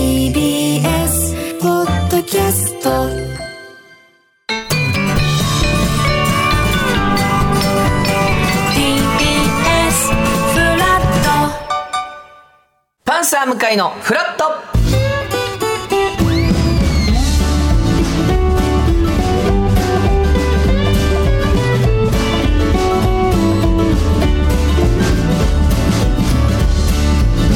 TBS ポッドキャストパンサー向かいのフラット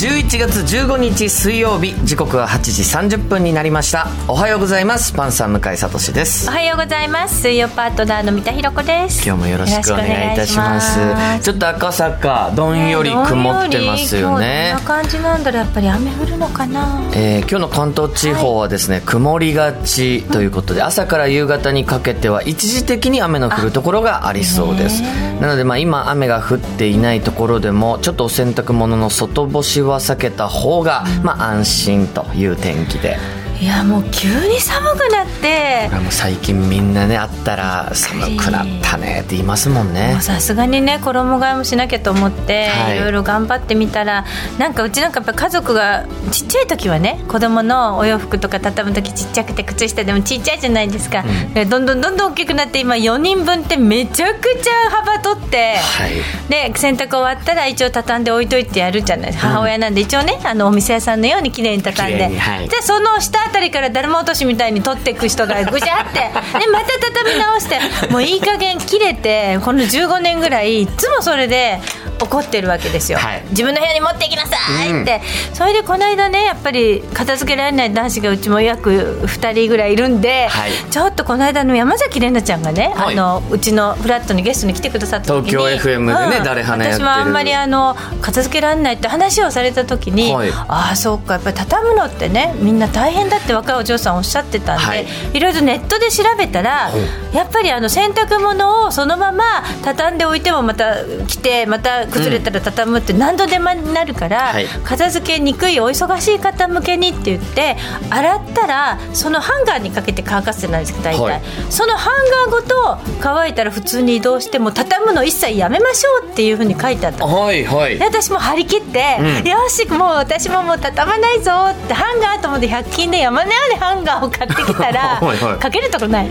11月15日水曜日時刻は8時30分になりましたおはようございますパンサー向井聡ですおはようございます水曜パートナーの三田ひろ子です今日もよろしくお願いいたしますよろしくお願いしちょっと赤坂どんより曇ってますよねどんより今日どんな感じなんだろうやっぱり雨降るのかなえー今日の関東地方はですね、曇りがちということで、朝から夕方にかけては一時的に雨の降るところがありそうですなのでまあ今雨が降っていないところでもちょっとお洗濯物の外干しは避けた方が、まあ安心という天気でいやもう急に寒くなってこれはもう最近みんなね会ったら寒くなったねって言いますもんねもうさすがにね衣替えもしなきゃと思って、はいい、ろいろ頑張ってみたらなんかうちなんかやっぱ家族がちっちゃい時はね子供のお洋服とか畳む時ちっちゃくて靴下でもちっちゃいじゃないですか、でどんどんどんどん大きくなって今4人分ってめちゃくちゃ幅取って。はいで洗濯終わったら一応畳んで置いといてやるじゃない、母親なんで一応ねあのお店屋さんのように綺麗に畳綺んで、麗にはいでその下あたりからだるま落としみたいに取っていく人がぐしゃってでまた畳み直してもういい加減切れてこの15年ぐらいいつもそれで怒ってるわけですよ、はい自分の部屋に持っていきなさいって、それでこの間ねやっぱり片付けられない男子がうちも約2人ぐらいいるんで、はいちょっとこの間の山崎怜奈ちゃんがね、はいあのうちのフラットにゲストに来てくださった時に東京 FM でね誰花やってる私はあんまりあの片付けられないって話をされた時に、はいああそうかやっぱり畳むのってねみんな大変だって若いお嬢さんおっしゃってたんで、はいい、ろいろネットで調べたら、やっぱりあの洗濯物をそのまま畳んでおいてもまた着てまた崩れたら畳むって何度でもになるから、はい片付けにくいお忙しい方向けにって言って洗ったらそのハンガーにかけて乾かすじゃないですか大体、はいそのハンガーごと乾いたら普通に移動しても畳むの一切やめましょうっていうふうに書いてあったはいはいで私も張り切って、うんよしもう私ももう畳まないぞってハンガーと思って100均で山のようにハンガーを買ってきたら はいはいかけるとこない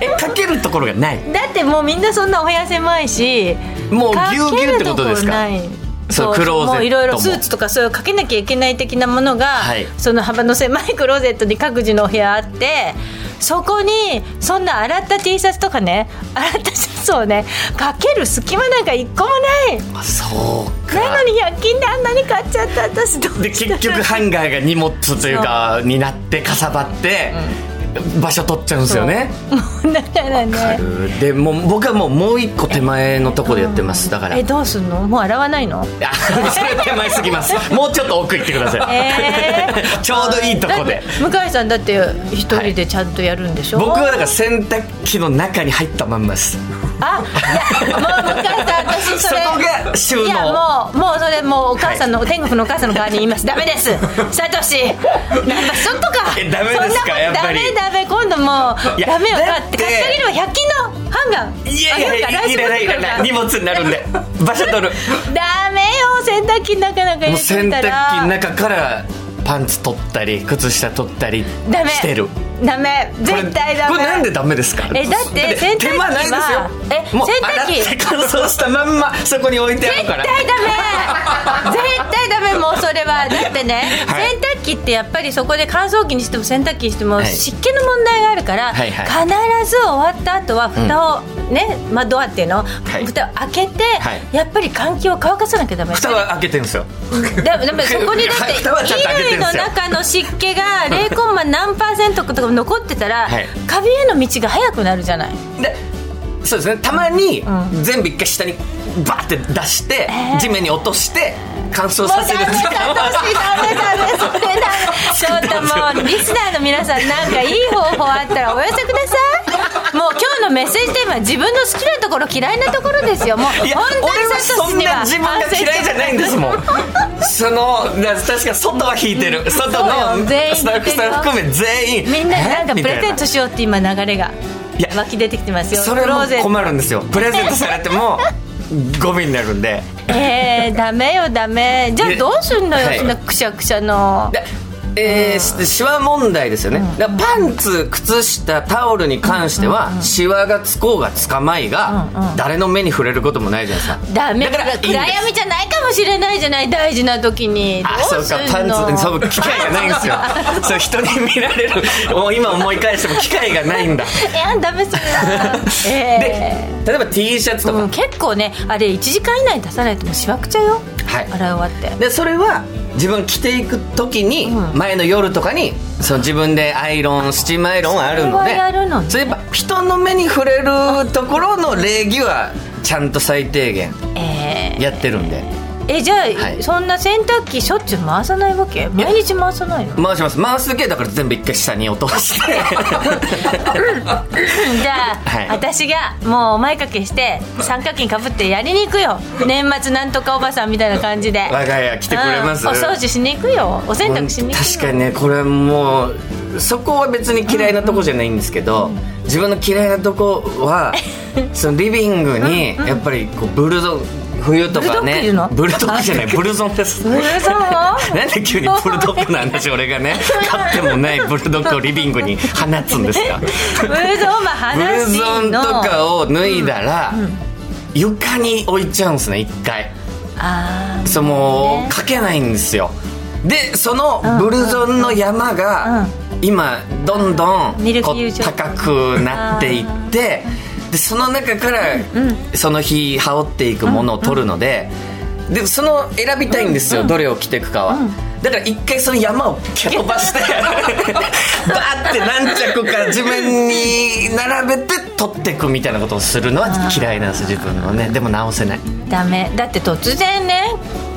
えかけるところがないだってもうみんなそんなお部屋狭いしもうぎゅうぎゅうってことですかかけるとこないそうクローゼットももういろいろスーツとかそういうかけなきゃいけない的なものが、はいその幅の狭いクローゼットに各自のお部屋あってそこにそんな洗った T シャツとかね洗ったシャツをねかける隙間なんか一個もないあそうかなのに100均であんなに買っちゃった私どうでし結局ハンガーが荷物というかになってかさばって、場所取っちゃうんですよねただからねでもう僕はもうもう一個手前のとこでやってますだから えどうすんのもう洗わないのあそれ手前すぎます もうちょっと奥行ってください、え ちょうどいいとこでだって向井さんだって一人でちゃんとやるんでしょ、僕はだから洗濯機の中に入ったまんまですあいやもう向井さん私それそこが収納いやもうもうそれもうお母さんの、天国のお母さんの代わりに言いますダメ ですサトシなんか外かえダメですかそんなことやっぱりダメダメ今度もいうやダメよだだっってて買ってあげるわ100均のハンガーいやいあやいやいらないいらない荷物になるんで場所 取るダメよ洗濯機の中なんか入もうれて洗みた濯機らの中からパンツ取ったり靴下取ったりダメしてるダメこれ絶対ダメこれなんでダメですかえだって洗濯機は手間ないですえよもう洗濯機洗って乾燥したまんまそこに置いてあるから絶対ダメ絶対ダメもうそれはだってね、はい洗濯機ってやっぱりそこで乾燥機にしても洗濯機にしてもはい湿気の問題があるから、はいはい必ず終わった後は蓋を、ね、まあ、ドアっていうの、い蓋を開けて、はいやっぱり換気を乾かさなきゃダメ蓋は開けてるんですよだでもそこにだっはい蓋はちゃんと開けてて衣類るんでのすよ中の湿気が0コンマ何パーセントとか残ってたら、はいカビへの道が早くなるじゃないでそうですねたまにう全部一回下にバーって出してえー地面に落として乾もうダメだ、私ダメだ、そ燥させるれダメ時間はちょっと皆さんなんかいい方法あったらお寄せくださいもう今日のメッセージテーマは自分の好きなところ嫌いなところですよもう本いや俺田はさんとそしんてなは自分が嫌いじゃないんですもんそのな確か外は引いてる外そうのよ全員スタッフさん含め全員みんななんかえプレゼントしようって今流れがいや湧き出てきてますよそれクロもーゼット困るんですよプレゼントされてもゴミになるんでえー、ダメよダメじゃあどうすんのよ、はいそんなくしゃくしゃのでえーしシワ問題ですよね、だからパンツ靴下タオルに関しては、シワがつこうがつかまいが、誰の目に触れることもないじゃないですかダメだからいいんです暗闇じゃないかもしれないじゃない大事な時にあどそううすかんのパンツにそぶ機会がないんです よそう人に見られるもう今思い返しても機会がないんだ、いやダメそれ はえで例えば T シャツとーか、うん、結構ねあれ1時間以内に出さないともうしわくちゃよはい洗い終わってでそれは自分着ていく時に、うん前の夜とかにその自分でアイロンスチームアイロンあるのそでれはやるのねそういえば人の目に触れるところの礼儀はちゃんと最低限えーやってるんでえじゃあ、はいそんな洗濯機しょっちゅう回さないわけ毎日回 さないの回します回すだけだから全部一回下に落として じゃあ、はい私がもうお前掛けして三角巾かぶってやりに行くよ年末なんとかおばさんみたいな感じで我が家来てくれます、うんお掃除しに行くよお洗濯しに行くよ確かにねこれもうそこは別に嫌いなとこじゃないんですけど、自分の嫌いなとこ はそのリビングにやっぱりこうブルゾン冬とかねブルドッグいるのブルドッグじゃないブルゾンですブル ゾンをなんで急にブルドッグの話俺がね飼ってもないブルドッグをリビングに放つんですかブルゾンはブル話ゾンとのかを脱いだら、床に置いちゃうんですね一回。あーその書けないんですよでそのブルゾンの山うんが今どんどんこミルフィーユう状高くなっていってでその中からその日羽織っていくものを取るのででその選びたいんですよどれを着ていくかは。だから一回その山を蹴飛ばして バーって何着か地面に並べて取っていくみたいなことをするのは嫌いなんです自分のねでも直せないダメだって突然ね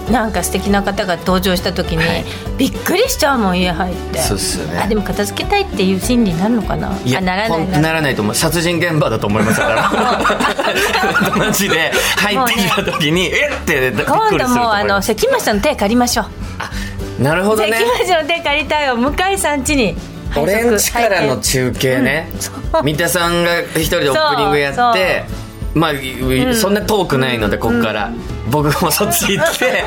なんか素敵な方が登場した時に、はいびっくりしちゃうもん家入ってそうっすよねあでも片付けたいっていう心理になるのかないやあならほないんなならないと思う殺人現場だと思いますだ からマジで入ってきた時に、えっってびっく今りす度るともう思いあのます関町さんの手借りましょうあなるほどね関町の手借りたいよ向井さん家にオレンジからの配中継ね、三田さんが一人でオープニングやってまあ、そんな遠くないのでここから、僕もそっち行って、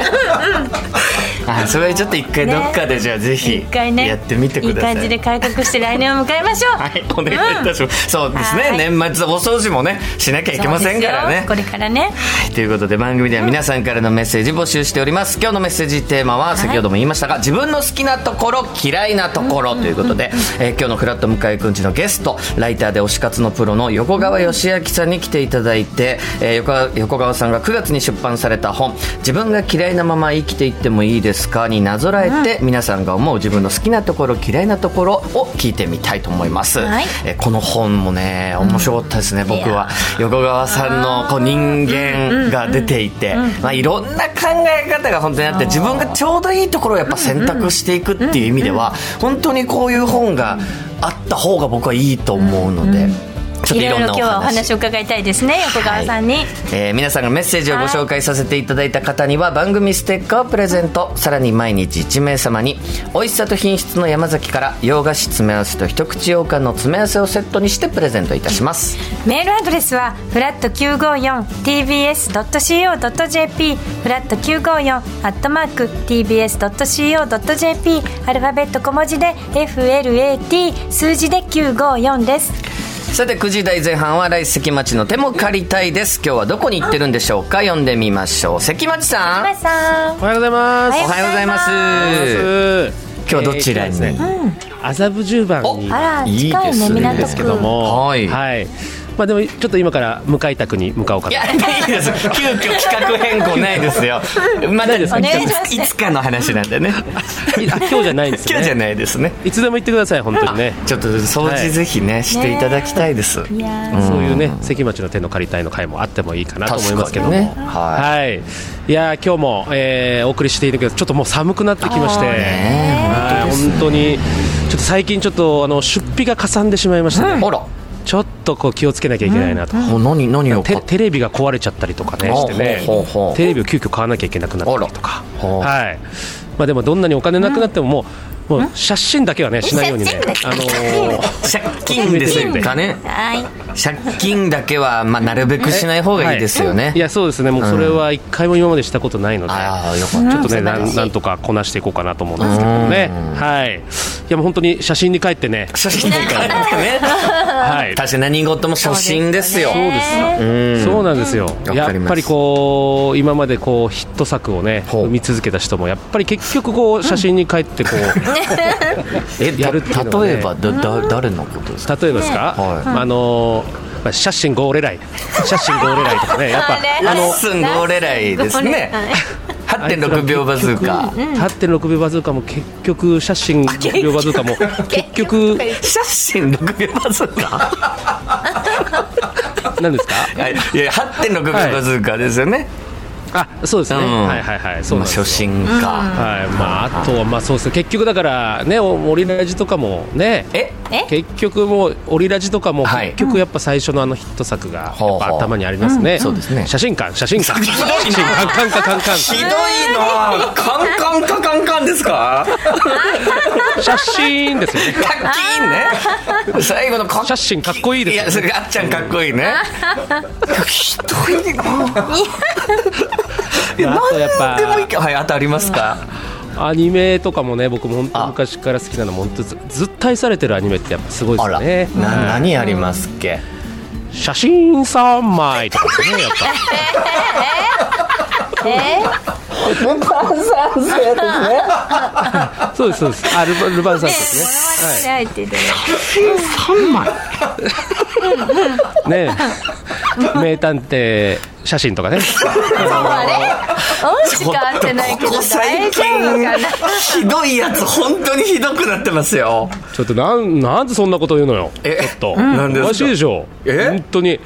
あそれちょっと一回どっかでじゃあぜ信ひ一回ねやってみてください、いい感じで改革して来年を迎えましょう はい、お願いいたします、そうですはいね年末お掃除もねしなきゃいけませんからねそうですよこれからねはいということで番組では皆さんからのメッセージ募集しております今日のメッセージテーマは先ほども言いましたが、自分の好きなところ嫌いなところということで、えー今日の「フラット向井くんち」のゲストライターで推し活のプロの横川義明さんに来ていただいて、えー横川横川さんが9月に出版された本「自分が嫌いなまま生きていってもいいですか?」になぞらえて、皆さんが思う自分の好きなところ嫌いなところを聞いてみたいと思います、はいえーこの本もね面白かったですね、僕は横川さんのこう人間が出ていて、まあ、いろんな考え方が本当にあって自分がちょうどいいところをやっぱ選択していくっていう意味では本当にこういう本があった方が僕はいいと思うので、ちょっといいろろいんろな今お日はお話話を伺いたいですね横川さんに、えー皆さんがメッセージをご紹介させていただいた方には番組ステッカーをプレゼントさらに毎日1名様に美味しさと品質の山崎から洋菓子詰め合わせと一口羊羹の詰め合わせをセットにしてプレゼントいたしますメールアドレスはフラット 954tbs.co.jp フラット954アットマーク tbs.co.jp アルファベット小文字で FLAT 数字で954ですさて9時台前半は来関町の手も借りたいです今日はどこに行ってるんでしょうか読んでみましょう関町さん皆さんおはようございます。おはようございます今日はどちらに、えー今日はですね麻布十番にあらいい近いですねねで港すけ区ども、はいまあでもちょっと今から向井宅に向かおうかいと。やいいです急遽企画変更ないですよまだいお願いしますついつかの話なんでねいあ今日じゃないんです 今ね。日じゃないですねいつでも行ってください本当にね。ちょっと掃除ぜひね、していただきたいです。いやーそういうね関町の手の借りたいの会もあってもいいかなと思いますけども。確かにねははい。いやー今日も、えーお送りしているけどちょっともう寒くなってきまして。ねはい本当当にちょっと最近ちょっとあの出費がかさんでしまいましたね、あらちょっとこう気をつけなきゃいけないなと、もう何何を買テっテレビが壊れちゃったりとかねしてねほうほうほうテレビを急遽買わなきゃいけなくなったりとかあらほうはいまあ、でもどんなにお金なくなってももう,、もう借金だけはねしないようにね借金あのー借金ですかねはい借金だけは、まあ、なるべくしない方がいいですよね、いやそうですねもうそれは一回も今までしたことないので、ああよかっちたょっとね、な素晴らしんいなんとかこなしていこうかなと思うんですけどね、はい、いやもう本当に写真に帰ってね、写真なんかねはい、確かに何事も初心ですよそうですようんそうなんですよ、うんわやかりっますぱりこう今までこうヒット作をねほう生み続けた人もやっぱり結局こう写真に帰ってこう、えやるっていうのはね例えばだだ誰のことですか例えばですか、はいあのーまあ写真ゴーレライ、写真ゴーレライとかね、やっぱれラッスンゴーレライですね8.6秒バズーカ8.6秒バズーカも結局写真5秒バズーカ も結局写真6秒バズーカなんですか？はいいや8.6秒バズーカですよね、あ、そうですね。うんはいはいはい、そうまなあんです初よ心か、はい、まあ、あとは、まあ、そうですね、結局だから、ね、おオリラジとかも、ね。ええ結局もうオリラジとかもはい結局やっぱ最初のあのヒット作がほうやほっうぱ頭にありますね。そうですね写真館写真 館写真館カンカンカンカンひどいなあカンカンカカンカンですか写真ですよね。カッキーンね最後のカッ写真かっこいいですいよやそれあっちゃんかっこいいねひどいないや あとやっぱ何でもいいけどはいあとありますかアニメとかもね僕も本当昔から好きなのも本当ずずっと愛されてるアニメってやっぱすごいですよね。な何ありますっけ写真3枚とかですねやっぱ。 そうですそうです。あルバルバンさんですね。はいってでねえ名探偵写真とかね音しか合ってないけどここ大最丈夫かな近ひどいやつ本当にひどくなってますよちょっとなんなんでそんなこと言うのよちえょっとなんですかおかしいでしょえ本当に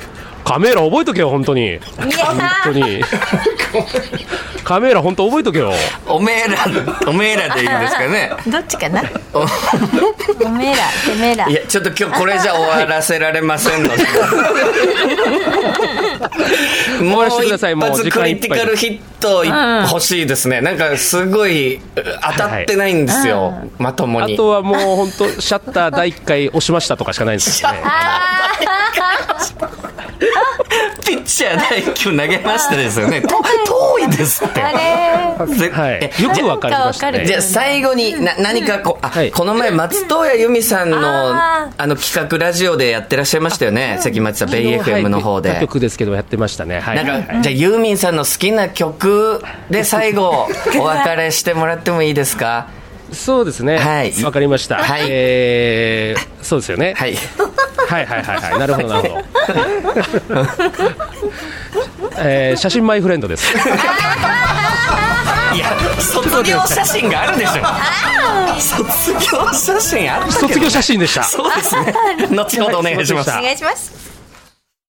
カメラ覚えとけよ本当いにや本当 にカメラ本当覚えとけよおめえらおめえらでいいんですかねーどっちかなおめえらてめえらいやちょっと今日これじゃ終わらせられませんのでもうらせてください一 もう発時ク間いリっぱテいィカルヒットい欲しいですねなんかすごい当たってないんですよまともあにとはもう本当シャッター第1回押しましたとかしかないんですよねピッチャー第1球投げましたですよねと遠いですってあれぜはいよくわかりましたなんかわかるじねゃあ最後にな何かこうあ、はいこの前松任谷由実さんのああの企画ラジオでやってらっしゃいましたよね関町さんベイ FM の方で、他局ですけどやってましたねはいなんか、じゃあユーミンさんの好きな曲で最後、 お別れしてもらってもいいですかそうですねはいわかりましたはいえーそうですよねはい。はいはいはいはい、なるほどなるほど。 えー、写真マイフレンドです。いや、卒業写真があるでしょ。卒業写真ある卒業写真でした。 そうですね。後ほどお願いします。お願いします